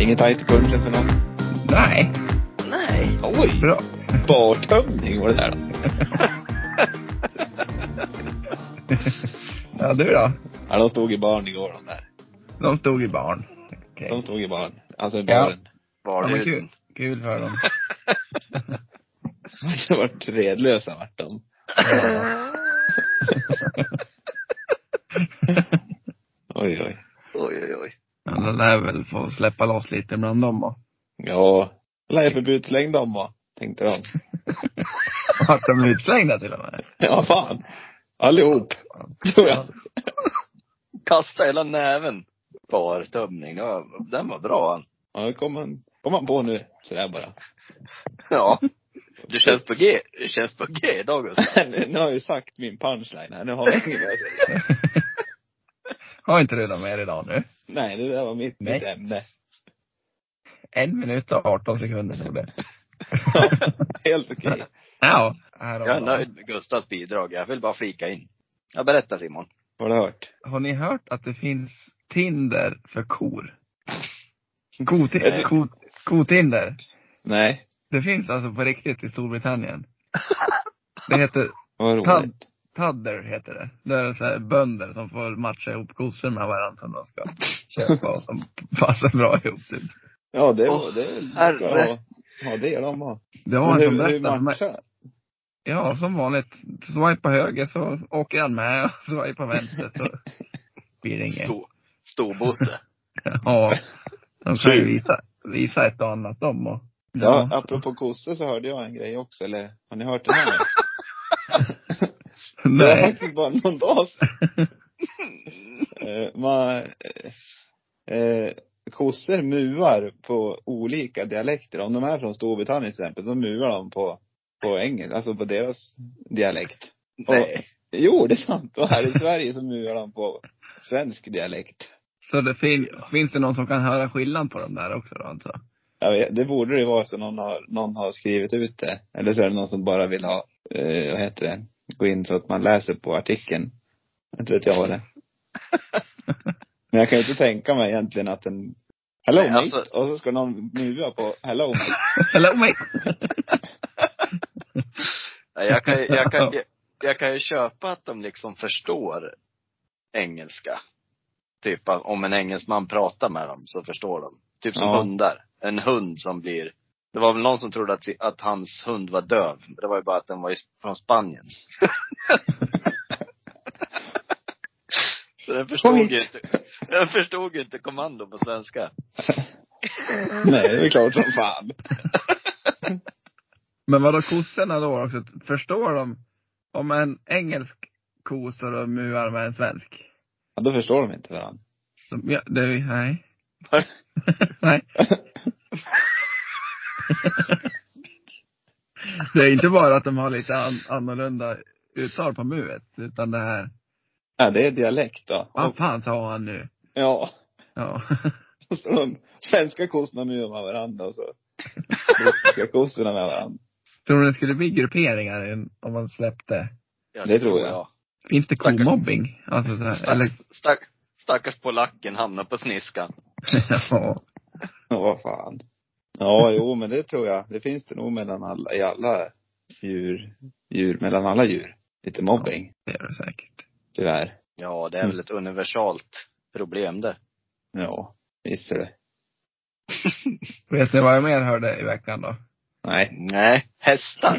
inget hajt i punchen för något? Nej. Nej. Oj! Bra. Bartömning var det där. Ja, du då? Ja, de stod i barn igår de där. De stod i barn. Okej. De stod i barn. Alltså i Ja. baren. Ja, men Barhuden. kul. Kul för dem. De vart redlösa vart de. Oj, oj. Oj, oj, oj. Ja, de lär väl få släppa loss lite bland dem och Ja. Lär förbudslängd de var, tänkte de. Vart de utslängda till och med? Ja, fan. Allihop. Tror jag. Kasta hela näven. Bartömning. Det var- Den var bra han. Ja, det kom han, kom han på nu. Sådär bara. Ja. Du känns på G. Du känns på G idag alltså. Gustav. Nu nu har jag ju sagt min punchline här. Nu har jag inget mer att alltså. säga. Har inte du någon mer idag nu? Nej, det där var mitt, mitt Nej. ämne. En minut och 18 sekunder tog det. Helt okej. Ja. Här har Jag är vi. nöjd med Gustavs bidrag. Jag vill bara flika in. Ja, berätta Simon. Har du hört? Har ni hört att det finns Tinder för kor? Kotin- ko- Kotinder. Nej. Det finns alltså på riktigt i Storbritannien. Det heter, Vad Pan- roligt. Tudder heter det. Det är så här bönder som får matcha ihop kossor med varandra som de ska köpa och som passar bra ihop typ. Ja, det, Åh, var det är väl herre. bra att ha det de har. Det var Men en hur, hur som berättade för mig. matchar det? Ja, som vanligt. Swipa höger så åker han med och swipa vänster så blir det inget. Stor- Storbosse. Ja. De kan ju visa, visa ett och annat om och. Ja, apropå kossor så hörde jag en grej också, eller har ni hört den här? Det var Nej. faktiskt bara någon dag sedan. Eh, man, eh, eh, kossor muar på olika dialekter. Om de är från Storbritannien till exempel, så muar de på, på engelska, alltså på deras dialekt. Nej. Jo, det är sant. Och här i Sverige så muar de på svensk dialekt. Så det fin, finns det någon som kan höra skillnad på de där också då alltså? Jag vet, det borde det vara så någon har, någon har skrivit ut det. Eller så är det någon som bara vill ha, eh, vad heter det, gå in så att man läser på artikeln. Inte vet jag vad det är. Men jag kan ju inte tänka mig egentligen att en Hello Nej, mate, alltså- och så ska någon mua på hello mate. Hello mate! Nej, Jag kan, ju- jag, kan, jag, jag kan ju köpa att de liksom förstår engelska. Typ att om en engelsman pratar med dem så förstår de. Typ som Ja. hundar. En hund som blir det var väl någon som trodde att, att hans hund var döv. Det var ju bara att den var i, från Spanien. Så den förstod Oj. ju inte, den förstod ju inte kommando på svenska. Nej, det är klart som fan. Men vadå kossorna då också? Förstår de? Om en engelsk ko står och muar med en svensk? Ja, då förstår de inte varandra. Så, ja, det, är- nej. nej. det är inte bara att de har lite an, annorlunda uttal på muet, utan det här, Ja, det är dialekt då. vad fan sa han nu? Ja. Ja. Och så de svenska kossorna muar med varandra och så brittiska kossorna med varandra. Tror du det skulle bli grupperingar i- om man släppte? Ja, Det tror jag. Finns det Stackars- komobbing? Alltså så här, eller, Stack, stack, stackars polacken hamnar på sniskan. ja. Ja, vad fan. Ja, jo, men det tror jag. Det finns det nog mellan alla, i alla djur, djur, mellan alla djur. Lite mobbing, Det är det säkert. tyvärr. Ja, det är väl ett universalt problem det. Ja, visst är det. Vet ni vad jag mer hörde i veckan då? Nej. Nej, hästar.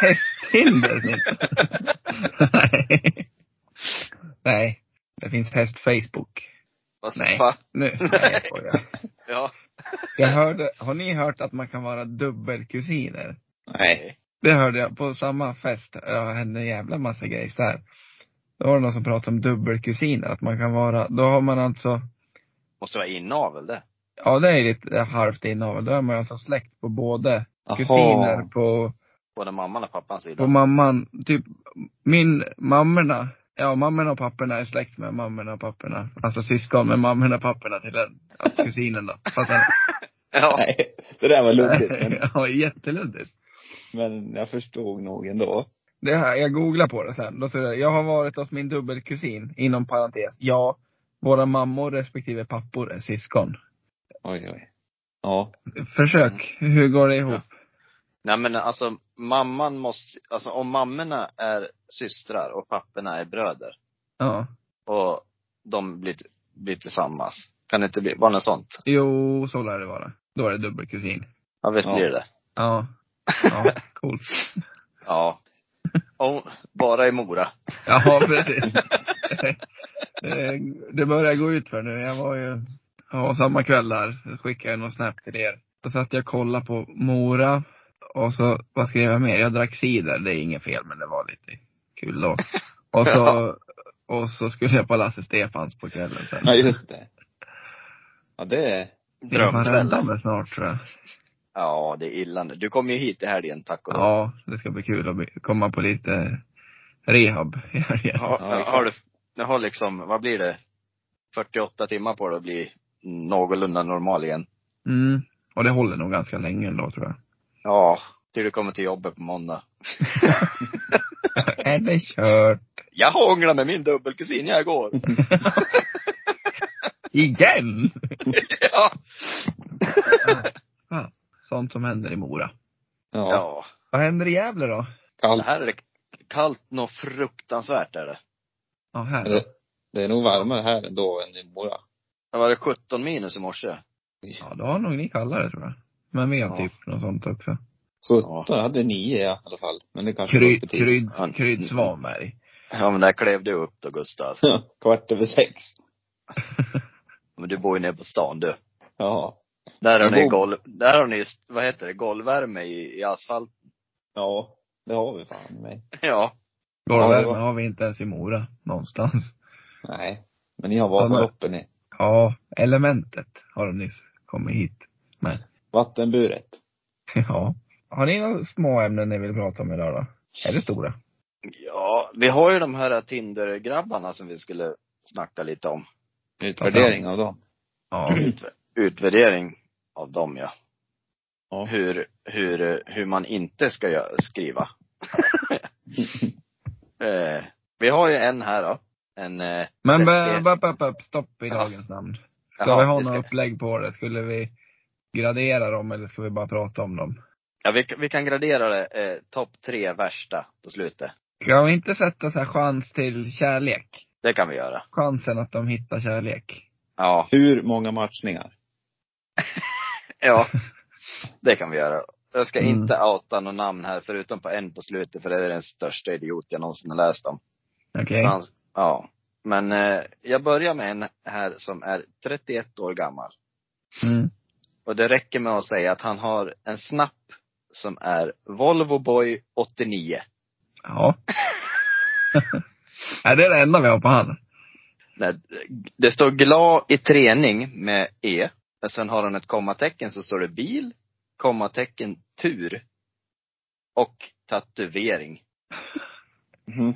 Hästhinder? nej. nej. Det finns häst-Facebook. Vad Nej. fan? Nu, nej jag skojar. Ja. Jag hörde, har ni hört att man kan vara dubbelkusiner? Nej. Det hörde jag på samma fest, ja, hände en jävla massa grejs där. Då var det någon som pratade om dubbelkusiner, att man kan vara, då har man alltså, Måste vara inavel det. ja det är lite halvt inavel, då är man alltså släkt på både kusiner Jaha. på, Både mamman och pappans sida. på mamman, typ min, mammorna, ja mammorna och papporna är släkt med mammorna och papporna. Alltså syskon med mammorna och papporna till en, alltså kusinen då. Fattar ni? ja. Nej, det där var luddigt. Men, ja, jätteluddigt. men jag förstod nog ändå. Det här, jag googlar på det sen. Då står det, jag har varit hos min dubbelkusin, inom parentes. Ja, våra mammor respektive pappor är syskon. Oj, oj. Ja. Försök. Mm. Hur går det ihop? Nej men alltså, mamman måste, alltså om mammorna är systrar och papporna är bröder Ja. och de blir, blir tillsammans. Kan det inte bli, var det något sånt? Jo, så lär det vara. Då är det dubbelkusin. Ja visst Ja. blir det Ja. Ja, coolt. Ja. Och, bara i Mora. Ja, precis. Eh, Det börjar gå ut för nu. Jag var ju, ja, samma kväll där så skickade jag någon snap till er. Då satt jag och kollade på Mora och så, vad skrev jag mer? Jag drack cider. Det är inget fel men det var lite kul då. Och så, och så skulle jag på Lasse Stefans på kvällen sen. Ja, just det. Ja, det är... Det är fan Drömkväll. rädda mig snart tror jag. Ja, det är illa nu. Du kommer ju hit i helgen tack och lov. Ja, det ska bli kul att bli- komma på lite rehab i helgen. Har, Ja, exakt. har du, du har liksom, vad blir det? 48 timmar på dig att bli någorlunda normal igen. Mm. Och det håller nog ganska länge då tror jag. Ja, till du kommer till jobbet på måndag. Är det kört? Jag hånglade med min dubbelkusin jag igår. Igen? ja. Fan. ah. Sånt som händer i Mora. Ja. ja. Vad händer i Gävle då? Det Kallt. här är det kallt något fruktansvärt är det. Ja, här. Mm. Det, det är nog varmare här ändå än i Mora. Det var det 17 minus i morse. Ja, då har nog ni kallare tror jag. Men vi har Ja. typ något sånt också. 17, jag hade 9 ja, i alla fall. Men det kanske var Kry, uppe tidigt. kryd, Han- kryddsvanberg. Ja men där klev du upp då Gustav. Ja, Kvart över sex. Men du bor ju nere på stan du. Ja. Där har Jag ni bor- golv, där har ni, vad heter det, golvvärme i, i asfalt. Ja. Det har vi fan med. Ja. Ja, det Golvvärme var- har vi inte ens i Mora någonstans. Nej. Men ni har Vasaloppet ni. Ja, elementet har de nyss kommit hit med. Vattenburet. Ja. Har ni några små ämnen ni vill prata om idag då? Eller stora? Ja, vi har ju de här Tinder-grabbarna som vi skulle snacka lite om. Utvärdering av dem. Ja. Utv- Utvärdering av dem ja. Ja. Hur, hur, eh, hur man inte ska gö- skriva. eh, vi har ju en här då. En, eh, Men Det- b- b- b- b- stopp i dagens namn. Ska jaha, vi ha det några ska- upplägg på det? Skulle vi gradera dem eller ska vi bara prata om dem? Ja, vi, vi kan gradera det, eh, topp tre värsta på slutet. Ska vi inte sätta så här chans till kärlek? Det kan vi göra. Chansen att de hittar kärlek. Ja, Hur många matchningar? ja. Det kan vi göra. Jag ska Mm. inte outa något namn här förutom på en på slutet för det är den största idiot jag någonsin har läst om. Okej. Så han, ja. Men eh, jag börjar med en här som är 31 år gammal. Mm. Och det räcker med att säga att han har en snapp som är Volvo Boy 89. Ja. Nej, det är det enda vi har på han. Nej, Det står glad i träning med E. Och sen har han ett kommatecken så står det bil, kommatecken tur och tatuering. Mhm.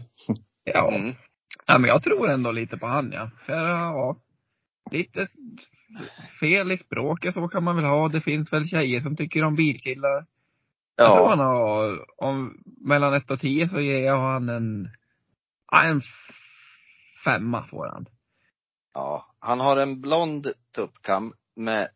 Ja. Mm. ja. men jag tror ändå lite på han ja. För ja, lite s- fel i språket så kan man väl ha. Det finns väl tjejer som tycker om bilkillar. Jag tror han Ja. har, om, mellan ett och tio så ger jag han en, ja, en f- femma får han. ja. Han har en blond tuppkam med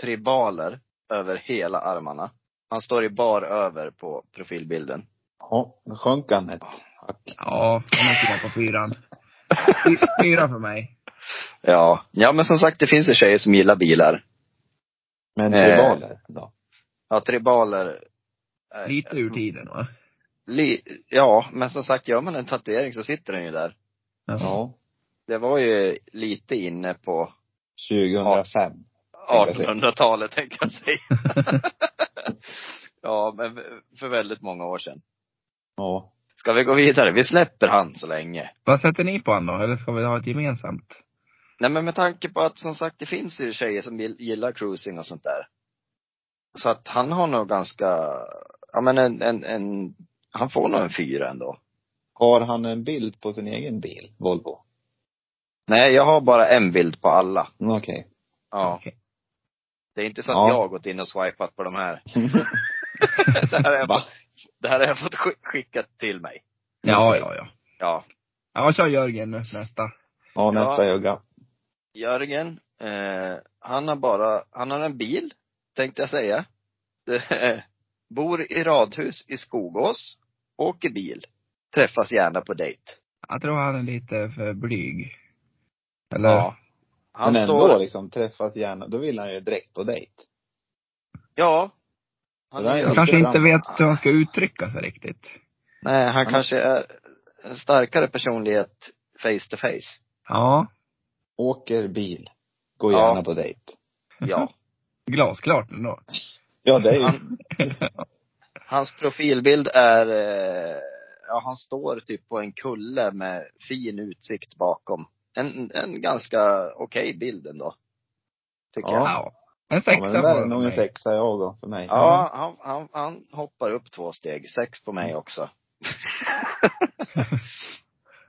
tribaler över hela armarna. Han står i bar över på profilbilden. Ja, då sjönk han ett hack. Ja, han är fyra på fyran. Fyra för mig. Ja. Ja men som sagt det finns ju tjejer som gillar bilar. Men Eh. rivaler då? Ja, tribaler. eh, Lite ur tiden va? Li, ja, men som sagt gör man en tatuering så sitter den ju där. Ja. det var ju lite inne på 2005. 1800-talet tänkte jag säga. ja, men för väldigt många år sedan. Ja. Ska vi gå vidare? Vi släpper han så länge. Vad sätter ni på han då? Eller ska vi ha ett gemensamt? Nej men med tanke på att som sagt det finns ju tjejer som gill- gillar cruising och sånt där. Så att han har nog ganska, ja men en, en, en han får nog en fyra ändå. Har han en bild på sin egen bil, Volvo? Nej, jag har bara en bild på alla. Mm, Okej. Ja. Okej. Det är inte så att Ja. jag har gått in och swipat på de här. det, här har jag Va? fått, det här har jag fått skick- skickat till mig. Ja, ja, ja. Ja. Ja, kör Jörgen nu, nästa. Ja, nästa Ja. jugga. Jörgen, Eh, han har bara, han har en bil, tänkte jag säga. Det, är- bor i radhus i Skogås, åker bil, träffas gärna på dejt. Jag tror han är lite för blyg. Eller? Ja. Han men ändå står, liksom träffas gärna, då vill han ju direkt på dejt. ja. Det där är Han ju- Han, kanske inte fram. vet hur han ska uttrycka sig riktigt. nej, han Han- kanske är en starkare personlighet face to face. Ja. Åker bil. Går Ja. gärna på dejt. Ja. Glasklart ändå. Ja, det är ju. Han, hans profilbild är, eh, ja han står typ på en kulle med fin utsikt bakom. En, en ganska okej bild ändå. Tycker Ja. jag. Ja. En Ja, sexa men det där är på nog en mig. sexa jag då, för mig. Ja, han, han, han hoppar upp två steg. Sex på mig också.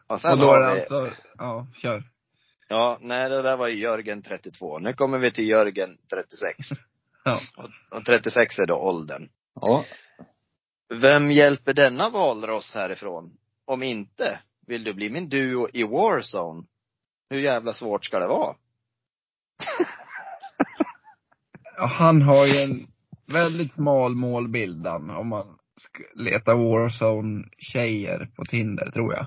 och sen Och då har är det vi, alltså, ja, kör. ja, nej det där var ju Jörgen 32. Nu kommer vi till Jörgen 36. Ja. Och, och 36 är då åldern. Ja. Vem hjälper denna valross härifrån? Om inte, vill du bli min duo i Warzone? Hur jävla svårt ska det vara? Ja, Han har ju en väldigt smal målbild han, om man sk- letar Warzone-tjejer på Tinder, tror jag.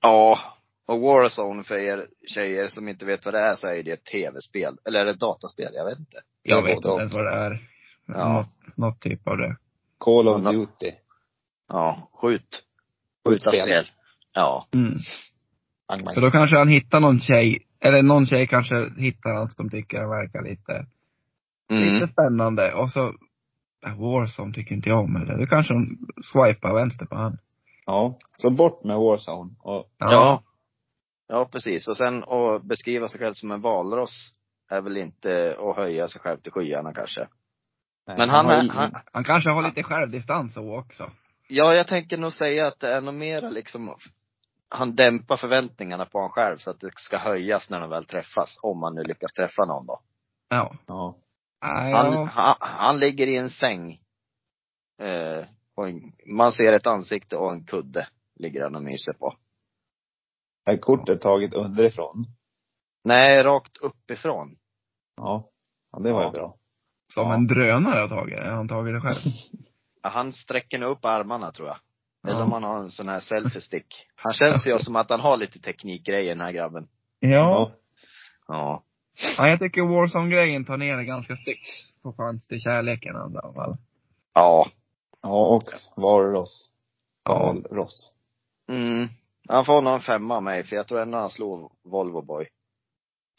Ja. Och Warzone för er tjejer som inte vet vad det är så är det ett tv-spel. Eller är det ett dataspel? Jag vet inte. Jag Det är vet inte både ens och. vad det är. Ja. Något, något typ av det. Call of Ja, no- Duty. Ja, skjut. Skjuta Skjutspel. spel. Ja. Mm. Bang, bang. Så då kanske han hittar någon tjej, eller någon tjej kanske hittar han som tycker han verkar lite, Mm. lite spännande. Och så, äh, Warzone tycker inte jag om eller Då kanske hon swipar vänster på han. Ja. Så bort med Warzone. Och, Ja. Ja, precis. Och sen att beskriva sig själv som en valross är väl inte att höja sig själv till skyarna kanske. nej, Men han, har är, ju- han Han kanske har lite självdistans så också. ja jag tänker nog säga att det är nog mera liksom, han dämpar förväntningarna på honom själv så att det ska höjas när de väl träffas. Om han nu lyckas träffa någon då. Ja. Ja. Nej, Han, ja. han, han ligger i en säng. Eh, och en, man ser ett ansikte och en kudde ligger han och myser på. Är kortet taget underifrån? Nej, rakt uppifrån. Ja. Ja, det var ju Ja. bra. Som Ja. en drönare har tagit det. Han tagit det själv. Ja, han sträcker nog upp armarna tror jag. Eller Ja. om han har en sån här selfie-stick. Han känns ju som att han har lite teknikgrejer den här grabben. Ja. Ja. ja. Jag tycker Warzone-grejen tar ner det ganska snyggt. På chans till kärleken i alla fall. Ja. Ja, och Valros. Ja. Valros. Mm. Han får nog en femma av mig, för jag tror ändå han slår Volvo Boy.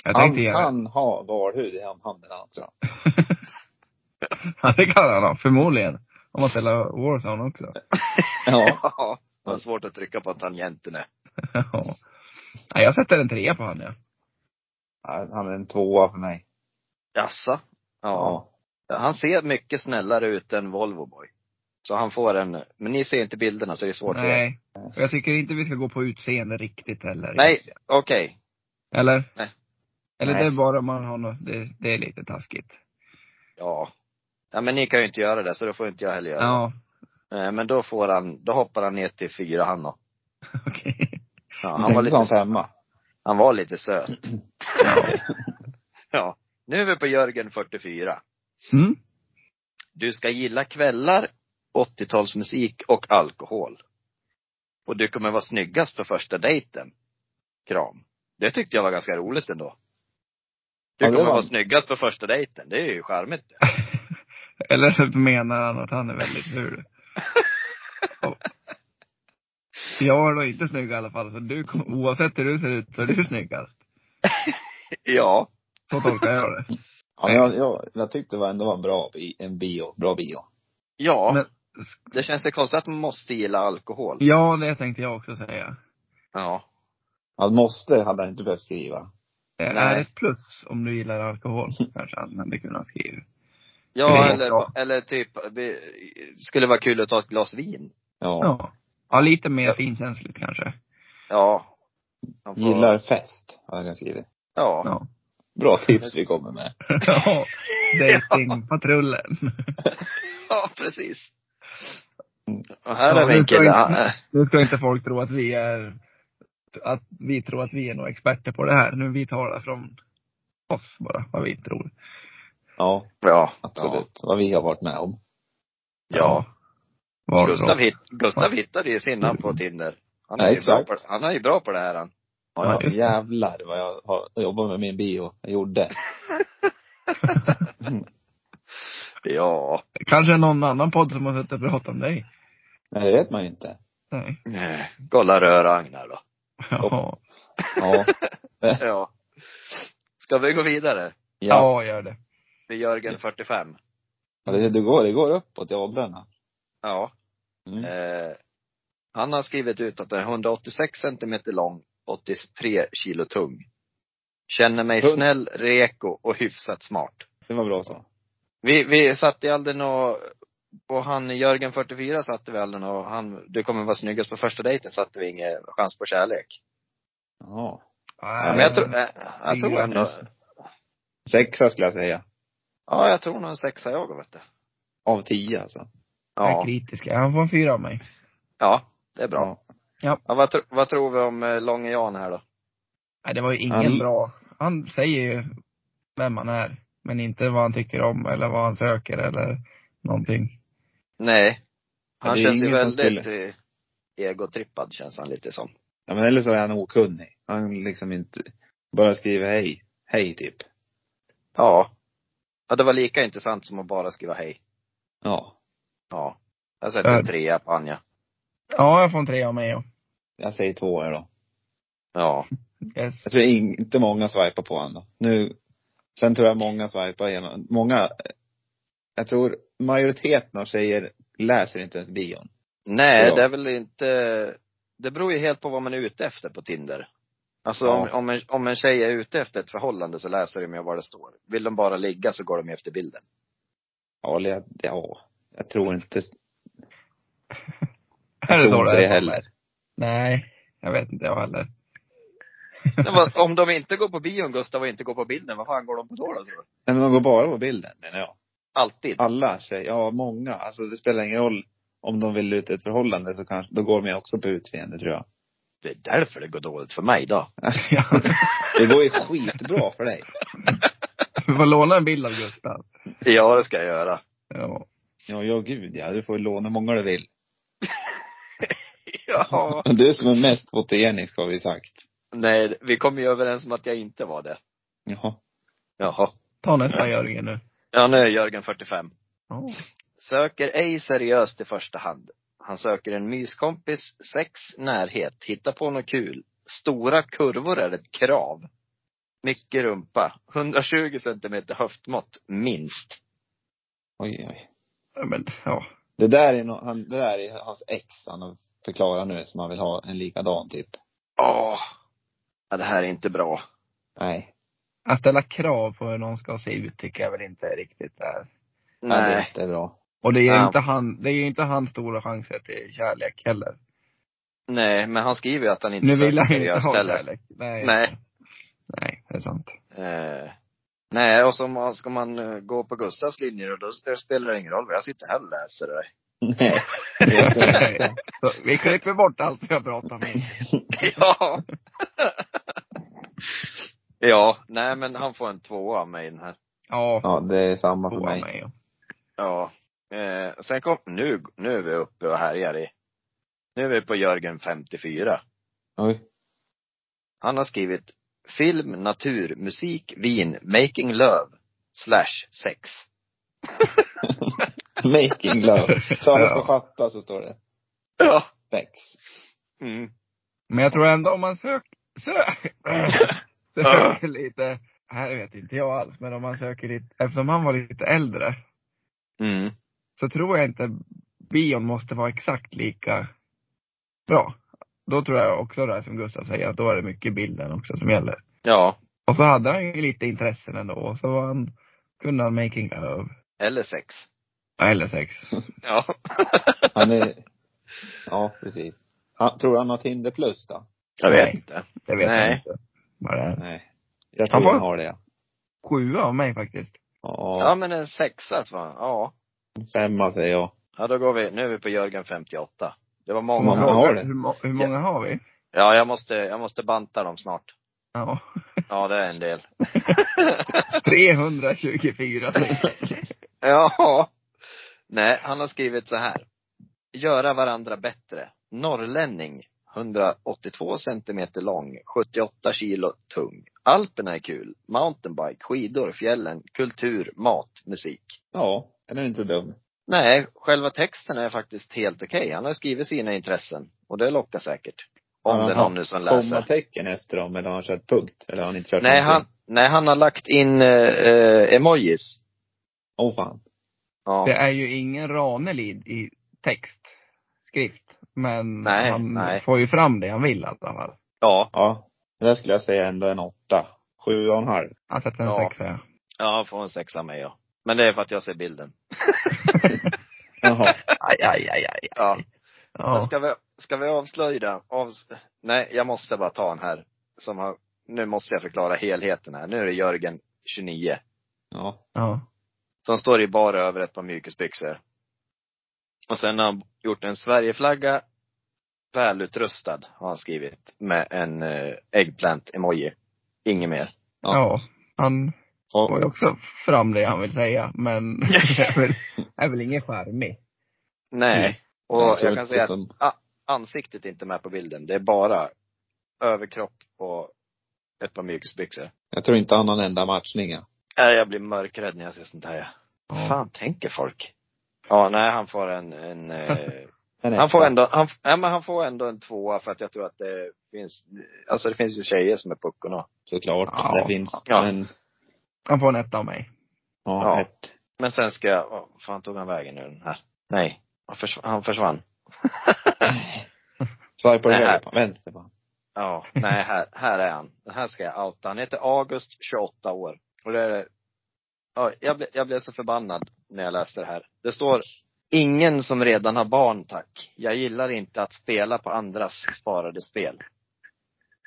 Jag tänkte Han ge det. kan ha valhud i handen, han tror jag. Ja, det kan han ha. Förmodligen. Om man spelar Warzone också. Ja. Ja. Det var svårt att trycka på tangenterna. Ja. Nej, jag sätter en trea på han ja. Ja, Han är en tvåa för mig. Jaså? Ja. Han ser mycket snällare ut än Volvo Boy. Så han får en, men ni ser inte bilderna så det är svårt för er. Nej. Och jag tycker inte vi ska gå på utseende riktigt heller. Nej. Okej. Eller? Nej. Eller Nej. det är bara om man har något, det, det är lite taskigt. Ja. Ja men ni kan ju inte göra det, så då får inte jag heller göra det. Ja, Eh, Men då får han, då hoppar han ner till fyra han då. okej. Mm. Ja, Han han, var lite, femma. han var lite söt. Ja. Ja. Nu är vi på Jörgen 44. Mm. Du ska gilla kvällar, 80-talsmusik och alkohol. Och du kommer vara snyggast på första dejten. Kram. Det tyckte jag var ganska roligt ändå. Du Ja, det kommer var- vara snyggast på första dejten. Det är ju charmigt det. Eller så menar han att han är väldigt ful. Och- Jag är då inte snygg i alla fall, så du, kom- oavsett hur du ser ut så är du snyggast. Ja. Så tolkar jag det. Ja, men jag, jag, jag tyckte det var ändå var en bra bi, en bio, bra bio. Ja. Men- Det känns ju konstigt att man måste gilla alkohol. Ja, det tänkte jag också säga. Ja. Han måste, hade han inte behövt skriva. Det är Nej. ett plus om du gillar alkohol, kanske han hade kunnat skriva. Ja, Det är eller, bra. eller typ, det skulle vara kul att ta ett glas vin. Ja. Ja. Ja, lite mer finkänsligt kanske. Ja. Man får- Gillar fest, hade han skrivit. Ja. Ja. Bra tips vi kommer med. ja. Datingpatrullen. Ja, precis. Och här Ja, har vi det en tror kille. jag han- Nu ska inte folk tro att vi är, att vi tror att vi är några experter på det här. Nu vi talar från oss bara, vad vi tror. Ja, Ja, absolut. Vad vi har varit med om. Ja. Var Gustav, bra. hit, Gustav hittade ju sin namn på Tinder. Han Ja, är, ju bra exakt. på, han är ju bra på det här han. Ja, Ja, ja, just det. jävlar vad jag har jobbat med min bio. Jag gjorde. Ja. Kanske någon annan podd som har suttit och pratat om dig. Nej, det vet man ju inte. Nej. Kolla rör-Agnar då. Ja. Ja. Ja. Ska vi gå vidare? Ja. ja, gör det. Till Jörgen 45. ja. Det, det, går, det går uppåt i åldrarna. Ja. Mm. Eh, han har skrivit ut att den är 186 centimeter lång, 83 kilo tung. Känner mig Tung. snäll, reko och hyfsat smart. Det var bra så. Vi, vi satt i aldrig och på han Jörgen 44 satte vi aldrig och han, du kommer vara snyggast på första dejten satte vi ingen chans på kärlek. Ja. Men Nej, jag tror, äh, jag tror Fyra ändå, plus. Sexa skulle jag säga. ja jag tror nog en sexa jag vet du. Av tio alltså. Jag är Ja, kritisk. Han får en fyra av mig. ja, det är bra. Ja. Ja, vad, tro- vad tror vi om eh, Långe Jan här då? Nej, det var ju ingen Han- bra. Han säger ju vem han är, men inte vad han tycker om eller vad han söker eller någonting. Nej. Ja, Han det är känns ju ingen som väldigt eh, egotrippad känns han lite som. ja men eller så är han okunnig. Han liksom inte, bara skriver hej. Hej typ. Ja. Ja det var lika intressant som att bara skriva hej. Ja. Ja. Jag sätter en trea på Anja. Ja, jag får en tre av mig och. Jag säger två här då. Ja. Yes. Jag tror in, inte många swipar på honom. Nu, sen tror jag många swipar genom, många, jag tror majoriteten av tjejer läser inte ens bion. Nej, Ja. det är väl inte, det beror ju helt på vad man är ute efter på Tinder. Alltså Ja. om, om, en, om en tjej är ute efter ett förhållande så läser de ju vad det står. Vill de bara ligga så går de ju efter bilden. Ja, eller jag, ja, jag tror inte, Är tror det så inte det det är? heller. Nej, jag vet inte jag heller. Men vad, om de inte går på bion Gustav och inte går på bilden, vad fan går de på då då tror du? Nej, men de går bara på bilden menar jag. Alltid. Alla tjejer, ja många. Alltså det spelar ingen roll om de vill ut i ett förhållande så kanske, då går de ju också på utseende tror jag. Det är därför det går dåligt för mig då. Ja. Det går ju skitbra för dig. Du får låna en bild av Gustav. Ja, det ska jag göra. Ja. Ja, ja gud ja. Du får ju låna hur många du vill. Ja. Du som är mest fotogenik har vi sagt. Nej, vi kom ju överens om att jag inte var det. Jaha. Jaha. Ta nästa Jörgen nu. Ja, nu är Jörgen 45. Ja. Söker ej seriöst i första hand. Han söker en myskompis, sex, närhet, hitta på något kul. Stora kurvor är ett krav. Mycket rumpa, 120 centimeter höftmått, minst. Oj, oj. Ja, Men, ja. Det där är, nå han, det där är hans ex han har förklarat nu som han vill ha en likadan typ. Åh! Ja, det här är inte bra. Nej. Att ställa krav på hur någon ska se ut tycker jag väl inte är riktigt där. Nej. Det är Nej. inte bra. Och det är Ja. inte han, det är inte han stora chanser till kärlek heller. Nej, men han skriver ju att han inte Nu vill söker jag inte seriöst ha heller. kärlek. Nej. Nej. Nej, det är sant. Eh, nej, och så ska man eh, gå på Gustavs linjer och då spelar det ingen roll vad jag sitter här och läser det. Nej. Det är inte- Så, vi klipper bort allt vi har pratat om. Ja. ja, nej men han får en tvåa av mig den här. Ja, Ja, det är samma för två av mig. mig. Ja. Eh, sen kom, nu, nu är vi uppe och härjar i. Nu är vi på Jörgen 54. Oj. Han har skrivit film, natur, musik, vin, making love, slash sex. Making love. Så alla ska Ja. fatta så står det. Ja. Sex. Mm. Men jag tror ändå om man sök, sök, söker lite, här vet inte jag alls, men om man söker lite, eftersom han var lite äldre, Mm. så tror jag inte bion måste vara exakt lika bra. Då tror jag också det här som Gustav säger, att då är det mycket bilden också som gäller. Ja. Och så hade han ju lite intressen ändå, och så var han, kunde han making love. Eller sex. Eller sex. Ja. Han är, ja precis. Han, tror han har Tinder plus då? Jag vet inte. Det vet Nej. jag inte. Vad det är. Nej. Jag tror Han får- han har det. Sjua av mig faktiskt. Ja Ja. men en sexa va? Ja. Femma säger jag. Ja då går vi, nu är vi på Jörgen 58. Det var Hur många. många har det? Hur, må- hur många har vi? Ja, jag måste, jag måste banta dem snart. Ja. Ja, det är en del. 324 stycken. Ja. Nej, han har skrivit så här. Göra varandra bättre. Norrlänning, 182 centimeter lång, 78 kilo tung. Alperna är kul. Mountainbike, skidor, fjällen, kultur, mat, musik. Ja, den är inte dum. Nej, själva texten är faktiskt helt okej. Han har skrivit sina intressen. Och det lockar säkert. Om Ja, det är han någon nu som läser. Kommatecken efter dem, eller har han kört punkt? Eller har han inte kört Nej, han, någonting? nej, han har lagt in eh, eh, emojis. Åh fan. Ja. Det är ju ingen Ranelid i text, skrift. Men Nej, han nej. får får ju fram det han vill i alla fall. ja. Ja. Det där skulle jag säga ändå en åtta. Sju och en halv. Han sätter en Ja. sexa. Ja, han får en sexa med ja. Men det är för att jag ser bilden. Jaha. Aj, aj, aj, aj. Ja. Men Ja. Ska, vi, ska vi avslöja? Avs Nej, jag måste bara ta en här. Som har, nu måste jag förklara helheten här. Nu är det Jörgen, 29. Ja. ja. Som står i bara över ett par mjukisbyxor. Och sen har han gjort en Sverigeflagga, välutrustad, har han skrivit. Med en eh, eggplant-emoji. Inget mer. Ja. Ja. Han får Och, ju också fram det han vill säga. Men det är väl, är väl ingen charmig. Nej. Och jag kan säga att Som, ansiktet är inte med på bilden. Det är bara överkropp och ett par mjukisbyxor. jag tror inte han har en enda matchning. ja. Nej, jag blir mörkrädd när jag ser sånt här. ja. Vad Ja. fan tänker folk? Ja, nej han får en, en eh, En han får etta. ändå, han, nej, men han får ändå en tvåa för att jag tror att det finns, alltså det finns ju tjejer som är puckorna. Såklart. Ja. Det finns. Ja. Men, Han får en etta av mig. ja, Ja. ett. Men sen ska jag, vad fan tog han vägen nu den här? Nej, han, försv, han försvann. Svaj på det Nej. höger, på vänster på. Ja, nej här, här är han. Den här ska jag outa. Han heter August, 28 år. Och det är det, ja, jag, ble, jag blev så förbannad när jag läste det här. Det står, ingen som redan har barn tack. Jag gillar inte att spela på andras sparade spel.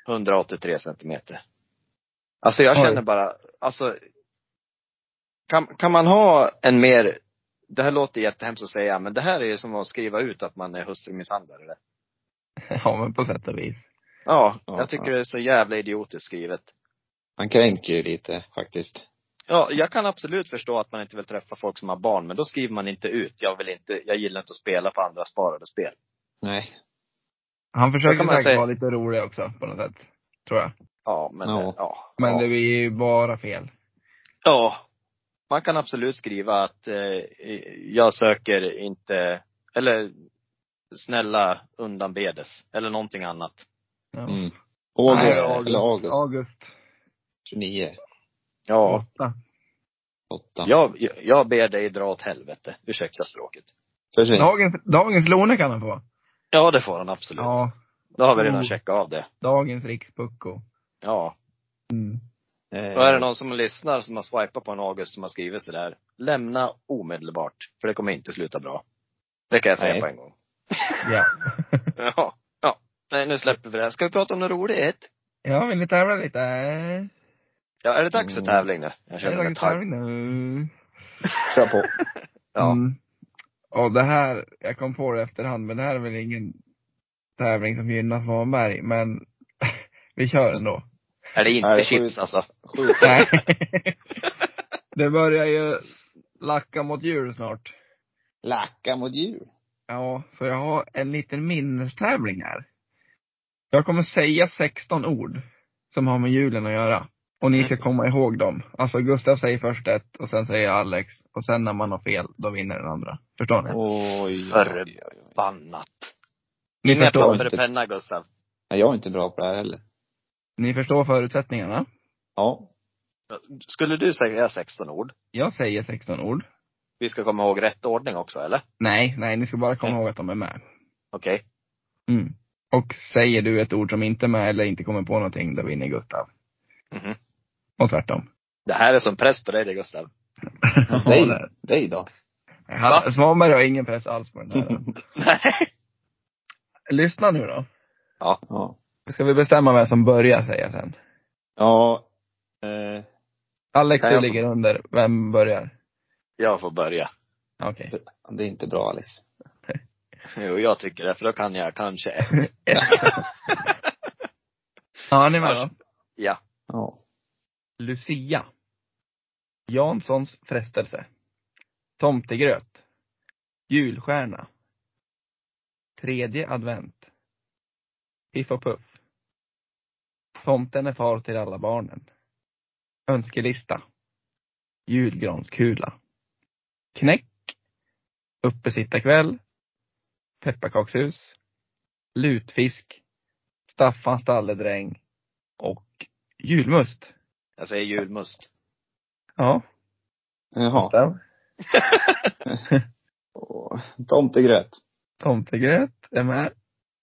183 centimeter. Alltså jag Oj. känner bara, alltså, kan, kan man ha en mer, det här låter jättehemskt att säga, men det här är ju som att skriva ut att man är hustrumisshandlare. Ja, men på sätt och vis. Ja, Ja, jag tycker ja. det är så jävla idiotiskt skrivet. Han kränker ju lite faktiskt. Ja, jag kan absolut förstå att man inte vill träffa folk som har barn, men då skriver man inte ut, jag vill inte, jag gillar inte att spela på andra sparade spel. Nej. Han försöker kan man säkert säga. vara lite rolig också på något sätt. Tror jag. Ja, men Ja. ja. Ja, Men ja. det blir ju bara fel. Man kan absolut skriva att eh, jag söker inte, eller snälla undanbedes, eller någonting annat. Ja. Mm. August, Nej, eller August. August. 29. Ja. Åtta. 8. Jag, jag- jag ber dig dra åt helvete. Ursäkta språket. För sig. Dagens, dagens Lone kan han få. Ja, det får han absolut. Ja. Då har vi redan Oh. checkat av det. Dagens rikspucko. Ja. Mm. Eh, Och är det någon som lyssnar som har swipat på en August som har skrivit sådär, lämna omedelbart. För det kommer inte sluta bra. Det kan jag säga Nej. på en gång. Ja. Ja. ja. Nej, nu släpper vi det här. Ska vi prata om något roligt? Ja, vill ni tävla lite? Ja, är det dags för Mm. tävling nu? Jag Är det känner mig dagens taggad. tävling nu? Kör på. Ja. Mm. Och det här, jag kom på det efterhand, men det här är väl ingen tävling som gynnar Svanberg, men vi kör ändå. Är det inte Nej, det får chips alltså? Sju. Nej. det börjar ju lacka mot jul snart. Lacka mot djur. Ja, så jag har en liten minnestävling här. Jag kommer säga 16 ord som har med julen att göra. Och ni ska komma ihåg dem. Alltså Gustav säger först ett och sen säger Alex. Och sen när man har fel, då vinner den andra. Förstår ni? Oj, Förre- oj, oj, oj. Bannat. Ni Inga förstår, papper och inte. penna Gustav. Nej, jag är inte bra på det här heller. ni förstår förutsättningarna. Ja. Skulle du säga 16 ord? Jag säger 16 ord. Vi ska komma ihåg rätt ordning också, eller? Nej, nej, ni ska bara komma ihåg att de är med. Okej. Mm. Och säger du ett ord som inte är med eller inte kommer på någonting, då vinner Gustav. Mhm. Och tvärtom. Det här är som press på dig det Gustav. Dig, dig då? Han- Svanberg har ingen press alls på den här. Nej. Lyssna nu då. Ja. Ska vi bestämma vem som börjar säga sen? Ja. Eh, Alex, Kan du jag få- ligger under. Vem börjar? Jag får börja. Okej. det är inte bra Alex. Jo, jag tycker det, för då kan jag kanske ett. ja, ni är med då? Ja. Ja. Lucia. Janssons frestelse. Tomtegröt. Julstjärna. Tredje advent. Piff och Puff. Tomten är far till alla barnen. Önskelista. Julgranskula. Knäck. Uppesittarkväll. Pepparkakshus. Lutfisk. Staffans stalledräng. Och julmust. Jag säger julmust. Ja, Jaha. där. Och Tomtegröt. Tomtegröt är med.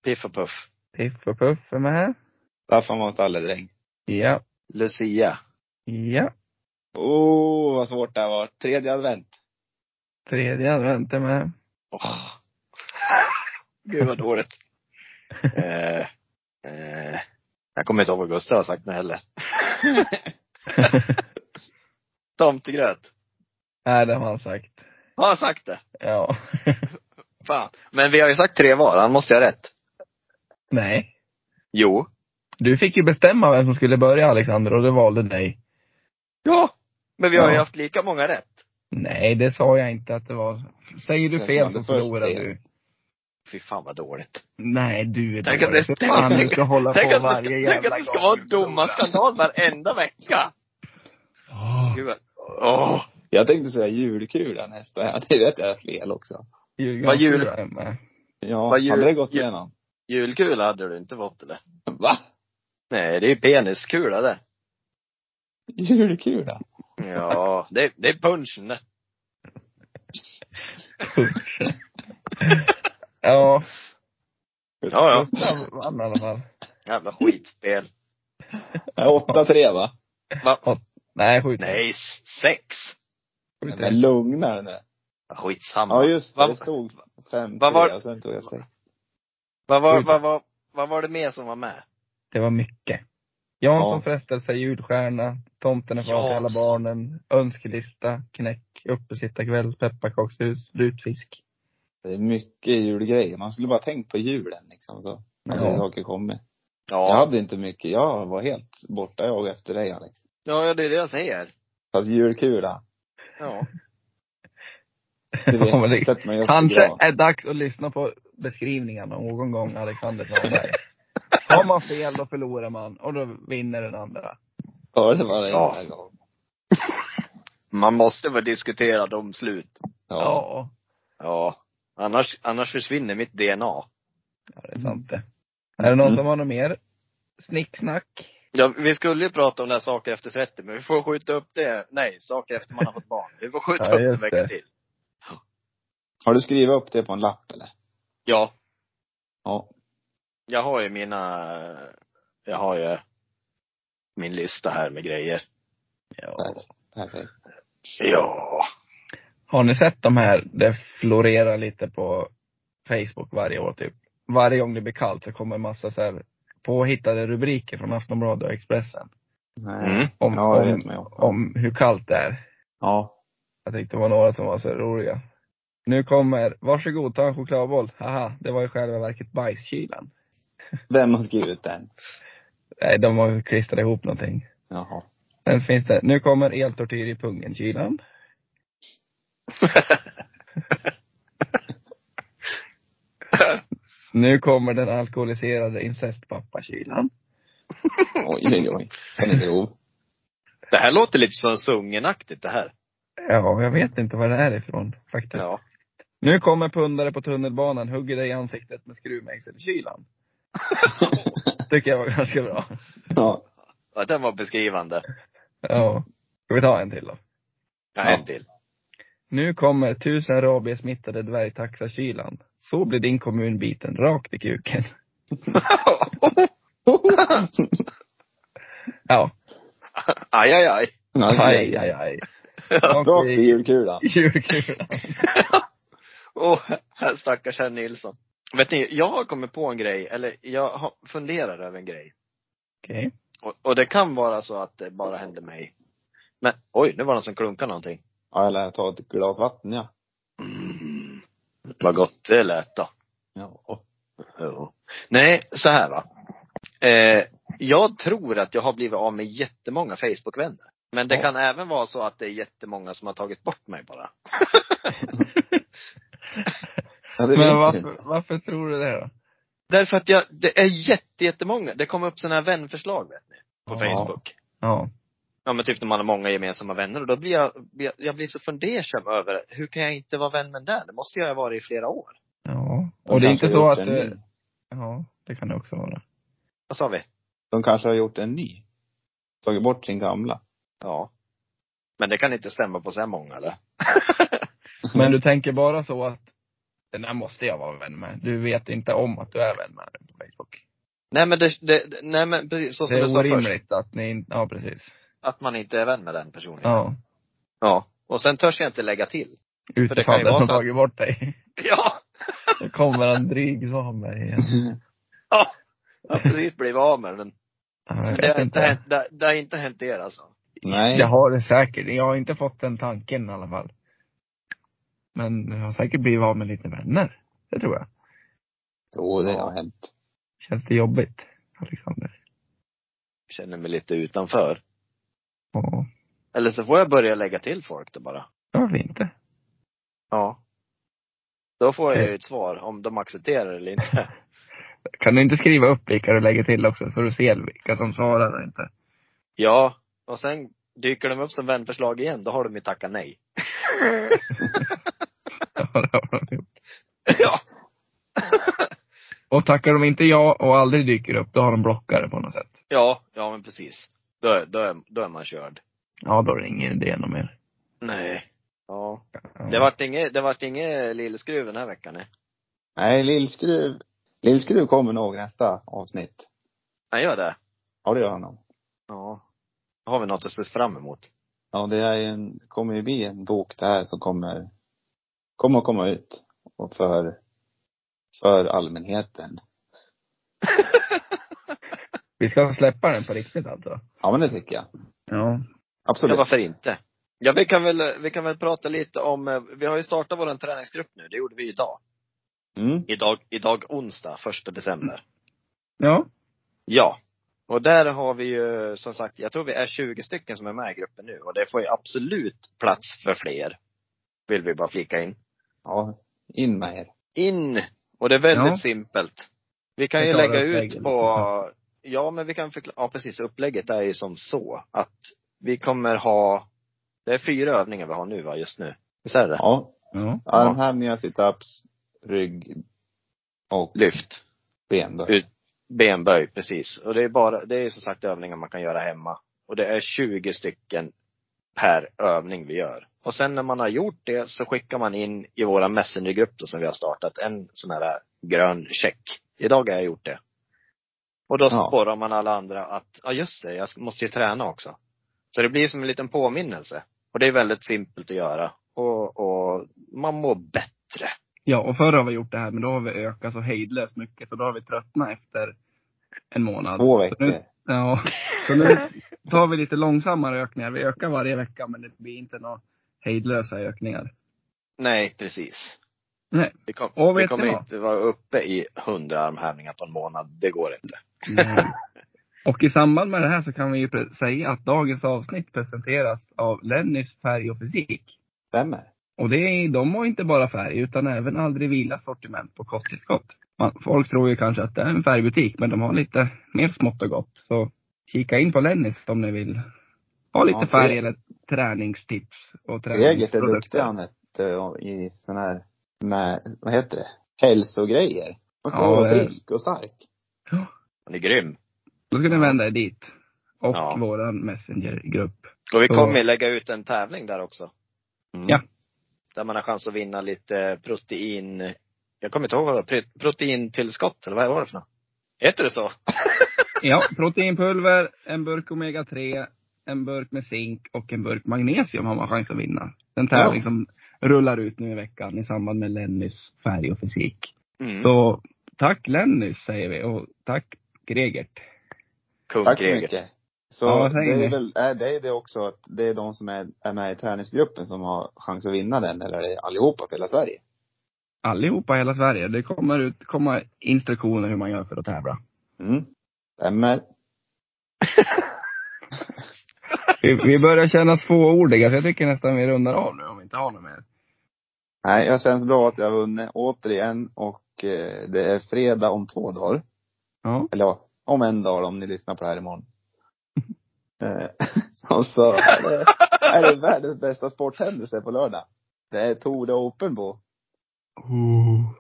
Piff och Puff. Piff och Puff är med. Staffan var stalledräng. Ja, Lucia. ja. Åh, oh, vad svårt det här var. Tredje advent. Tredje advent är med. Åh. Gud vad dåligt. eh, eh, jag kommer inte ihåg vad Gustav har sagt nu heller. Tomtegröt. Nej, det har han sagt. Har han sagt det? Ja. Fan. Men vi har ju sagt tre var, han måste ju ha rätt. Nej. Jo. Du fick ju bestämma vem som skulle börja Alexander och du valde dig. Ja. Men vi har ju Ja. haft lika många rätt. Nej, det sa jag inte att det var. Säger du Jag fel kände så först förlorar fel. du. Fy fan vad dåligt. Nej, du är Tänk att dålig. det- För fan, tänk- du ska hålla på Tänk att, det varje ska, tänk jävla att det ska gång vara du förlorar. domarskandal varenda vecka. Åh, Gud vad, åh. Jag tänkte säga julkula nästa. Det vet jag är fel också. julgranskulan Vad jul- är med. Ja, Vad jul- hade det gått jul- igenom? Julkula hade du inte fått eller? Va? Nej, det är peniskula det. Julkula? Ja, det, det är punchen det. Ja, Ja, ja. han vann i alla fall. Jävla skitspel. Ja, 8-3 va? Va? Nej, skjut. Nej, sex. skjut Men lugna dig nu. Skitsamma. Ja just det, Vad- det stod 5-3 vad var- och sen tog jag 6. Vad var, vad var, vad var det mer som var med? Det var mycket. Jansson Ja. frestelse, julstjärna, tomten är far till alla Jansson. barnen, önskelista, knäck, uppesittarkväll, pepparkakshus, lutfisk. Det är mycket julgrejer. Man skulle bara tänkt på julen liksom så. Hade Ja. saker kommit. Jag Ja. hade inte mycket. Jag var helt borta jag efter dig Alex. Ja, det är det jag säger. Fast julkula. Ja. Det Ja, men det- vet, sätter man ju upp Kanske bra. är dags att lyssna på beskrivningarna någon gång, Alexander Svanberg. Har man fel då förlorar man och då vinner den andra. Ja, det var det Ja. ena gången. Man måste väl diskutera de slut. Ja. Ja, Ja. Annars, annars försvinner mitt DNA. ja det är sant det. Är det någon Mm. som har något mer snicksnack? Ja, vi skulle ju prata om det här saker efter 30, men vi får skjuta upp det. Nej, saker efter man har fått barn. Vi får skjuta Ja, upp det en just vecka det. till. Har du skrivit upp det på en lapp eller? Ja. Ja. Jag har ju mina, jag har ju min lista här med grejer. Ja. Perfekt. Ja. Har ni sett de här, det florerar lite på Facebook varje år typ. Varje gång det blir kallt så kommer en massa så här påhittade rubriker från Aftonbladet och Expressen. Nej. Mm. Om, Ja, det vet om, man ju om. om hur kallt det är. Ja. Jag tyckte det var några som var så roliga. Nu kommer, varsågod ta en chokladboll. Haha, det var i själva verket bajskylan. Vem har skrivit den? Nej, de har ju klistrat ihop någonting. Jaha. Sen finns det, nu kommer eltortyr i pungen-kylan. nu kommer den alkoholiserade incestpappa-kylan. Oj, oj, oj. Den är grov. Det här låter lite som Sungen-aktigt det här. Ja, jag vet inte var det är ifrån faktiskt. Ja. Nu kommer pundare på tunnelbanan, hugger dig i ansiktet med skruvmejselkylan. Tycker jag var ganska bra. Ja. ja den var beskrivande. Ja. Ska vi ta en till då? Ja, Ja. en till. Nu kommer tusen rabiesmittade dvärgtaxakylan. Så blir din kommun biten rakt i kuken. Ja. aj, aj, aj. Aj, aj, aj. Rakt Rakt i i julkulan. julkulan. Åh, oh, stackars herr Nilsson. Vet ni, jag har kommit på en grej, eller jag har funderar över en grej. Okej. Och, och det kan vara så att det bara hände mig. Men oj, nu var det någon som klunkade någonting. Ja, eller ta ett glas vatten ja. Mm. Vad gott det lät då. Ja. och- Jo. Nej, så här va. Eh, jag tror att jag har blivit av med jättemånga Facebook-vänner. Men det Ja. kan även vara så att det är jättemånga som har tagit bort mig bara. Ja, det Men vet du varför, inte. varför tror du det då? Därför att jag, det är jätte, jättemånga. Det kommer upp sådana här vänförslag vet ni. På Ja. Facebook. Ja. Ja men typ när man har många gemensamma vänner och då blir jag, blir jag- jag blir så fundersam över hur kan jag inte vara vän med den? Det måste jag ha varit i flera år. Ja. De Och det är kanske inte har så gjort att eh, en du, ny. Ja, det kan det också vara. Vad sa vi? De kanske har gjort en ny. Tagit bort sin gamla. Ja. Men det kan inte stämma på så här många eller? Men du tänker bara så att den här måste jag vara vän med. Du vet inte om att du är vän med den på Facebook. Nej men det, det det- nej men precis, så Det som du är sa först. orimligt att ni inte, ja precis. Att man inte är vän med den personen. Ja. ja. Och sen törs jag inte lägga till. För det kan ju Utifrån den vara som så att- tagit bort dig. Ja! Då kommer en dryg Svanberg igen. Ja! Jag har precis blivit av med den. Ja, Men jag Det vet har, inte hänt, inte. det, det har inte hänt er alltså. Nej. Det har det säkert. Jag har inte fått den tanken i alla fall. Men jag har säkert blivit av med lite vänner. Det tror jag. Jo, det har Ja. hänt. Känns det jobbigt, Alexander? Känner mig lite utanför. Ja. Eller så får jag börja lägga till folk då bara. Varför inte? Ja. Eh. Då får jag ju ett svar om de accepterar det eller inte. Kan du inte skriva upp vilka du lägger till också, så du ser vilka som svarar och inte? Ja. Och sen dyker de upp som vänförslag igen, då har de ju tackat nej. Ja, det har de gjort. ja. och tackar de inte ja och aldrig dyker upp, då har de blockat det på något sätt. Ja, ja men precis. Då, är- då, är, då är man körd. Ja, då är det ingen idé någon mer. Nej. Ja. Ja. Det vart inget, det vart inget lillskruv den här veckan eh. nej. Nej, Lillskruv. Lillskruv kommer nog nästa avsnitt. Han gör det? Ja, det gör han nog. Ja. Då har vi något att se fram emot. Ja, det är ju en, kommer ju bli en bok det här som kommer, kommer att komma ut. Och för, för allmänheten. Vi ska släppa den på riktigt alltså? Ja, men det tycker jag. Ja. Ja, Absolut. varför inte? Ja, vi kan väl, vi kan väl prata lite om, eh, vi har ju startat vår träningsgrupp nu, det gjorde vi idag. Mm. Idag, idag onsdag, första december. Ja. Ja. Och där har vi ju, som sagt, jag tror vi är 20 stycken som är med i gruppen nu och det får ju absolut plats för fler. Vill vi bara flika in. Ja, in med er. In! Och det är väldigt Ja. simpelt. Vi kan ju Förklara lägga ut upplägget på, ja men vi kan förklara, ja precis, upplägget är ju som så att vi kommer ha, det är fyra övningar vi har nu va, just nu. Visst är det? Ja. Ja. Armhävningar, situps, rygg och Lyft. ben då. Ut. Benböj, precis. Och det är bara, det är som sagt övningar man kan göra hemma. Och det är 20 stycken per övning vi gör. Och sen när man har gjort det så skickar man in i våra messengergrupp då som vi har startat en sån här grön check. Idag har jag gjort det. Och då Ja. sporrar man alla andra att, ja just det, jag måste ju träna också. Så det blir som en liten påminnelse. Och det är väldigt simpelt att göra. Och, och man mår bättre. Ja, och förr har vi gjort det här, men då har vi ökat så hejdlöst mycket, så då har vi tröttnat efter en månad. Två veckor. Så nu, ja. Så nu tar vi lite långsammare ökningar. Vi ökar varje vecka, men det blir inte några hejdlösa ökningar. Nej, precis. Nej. Vi, kom, Och vi vet ni kommer vad? inte vara uppe i 100 armhävningar på en månad. Det går inte. Nej. Och i samband med det här så kan vi ju pre- säga att dagens avsnitt presenteras av Lennys Färg och Fysik. Stämmer. Och det är, de har inte bara färg utan även aldrig vila sortiment på kosttillskott. Man, folk tror ju kanske att det är en färgbutik men de har lite mer smått och gott. Så kika in på Lennys om ni vill ha lite Ja, färg Fre- eller träningstips Eget och är träningsprodukter. duktig han hette i sån här, med, vad heter det, hälsogrejer. Man ska Ja, vara det- frisk och stark. Den är grym. Då ska ni vända er dit. Och Ja. våran messengergrupp. Och vi Så- kommer lägga ut en tävling där också. Mm. Ja. Där man har chans att vinna lite protein, jag kommer inte ihåg vad det var, Pre- proteintillskott eller vad var det för något? Heter det så? Ja, proteinpulver, en burk Omega 3, en burk med zink och en burk magnesium har man chans att vinna. Den tävling Ja. som rullar ut nu i veckan i samband med Lennys Färg och Fysik. Mm. Så tack Lenny säger vi och tack Gregert. Kung Tack så Greger. mycket. Så Ja, vad det är säger ni? väl, är det är det också att det är de som är, är med i träningsgruppen som har chans att vinna den, eller är det allihopa för hela Sverige? Allihopa i hela Sverige. Det kommer ut, komma instruktioner hur man gör för att tävla. Mm. Stämmer. Vi, vi börjar kännas fåordiga, så jag tycker nästan vi rundar av nu om vi inte har något mer. Nej, jag känns bra att jag har vunnit återigen och eh, det är fredag om två dagar. Ja. Eller ja, om en dag om ni lyssnar på det här imorgon. Eh, och så är det, är det världens bästa sporthändelse på lördag. Det är Tour de Open på Oh.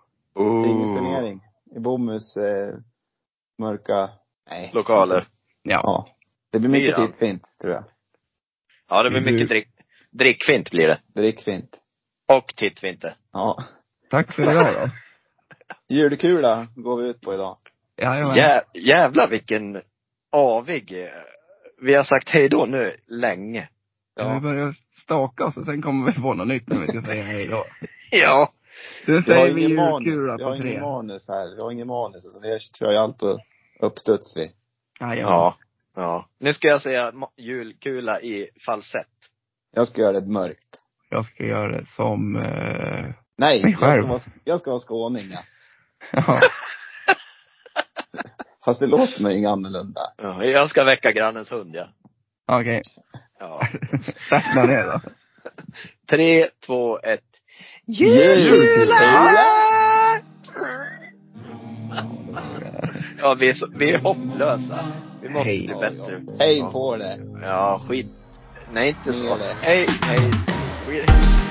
pingisturnering. I Bomhus eh, mörka, nej. Lokaler. Ja. Det blir mycket Fyra. tittfint, tror jag. Ja, det blir Mm. mycket drick, drickfint blir det. Drickfint. Och tittvinter. Ja. Tack för idag då. Julkula går vi ut på idag. Jajamän. Jä, jävlar vilken avig. eh, Vi har sagt hej då nu länge. Vi börjar staka oss och sen kommer vi på något nytt när vi ska säga hej då. Ja. Du Vi har säger vi ingen manus. julkula Vi har på ingen tre. manus här. Vi har ingen manus. utan Vi gör tröjalt och uppstuds vi. Jajamän. Ja. Ja. Nu ska jag säga ma- julkula i falsett. Jag ska göra det mörkt. Jag ska göra det som, eh, Nej, Mig jag ska, själv. vara, jag ska vara skåning ja. ja. Fast det låter nog inget annorlunda. Ja, jag ska väcka grannens hund, ja. Okej. ja. Sakta ner då. Tre, två, ett. Jula! Ja, vi är, så, vi är hopplösa. Vi måste Hej. bli bättre. Hej på det. Ja, skit. Nej, inte så. Med det. Hej, hej. Skit.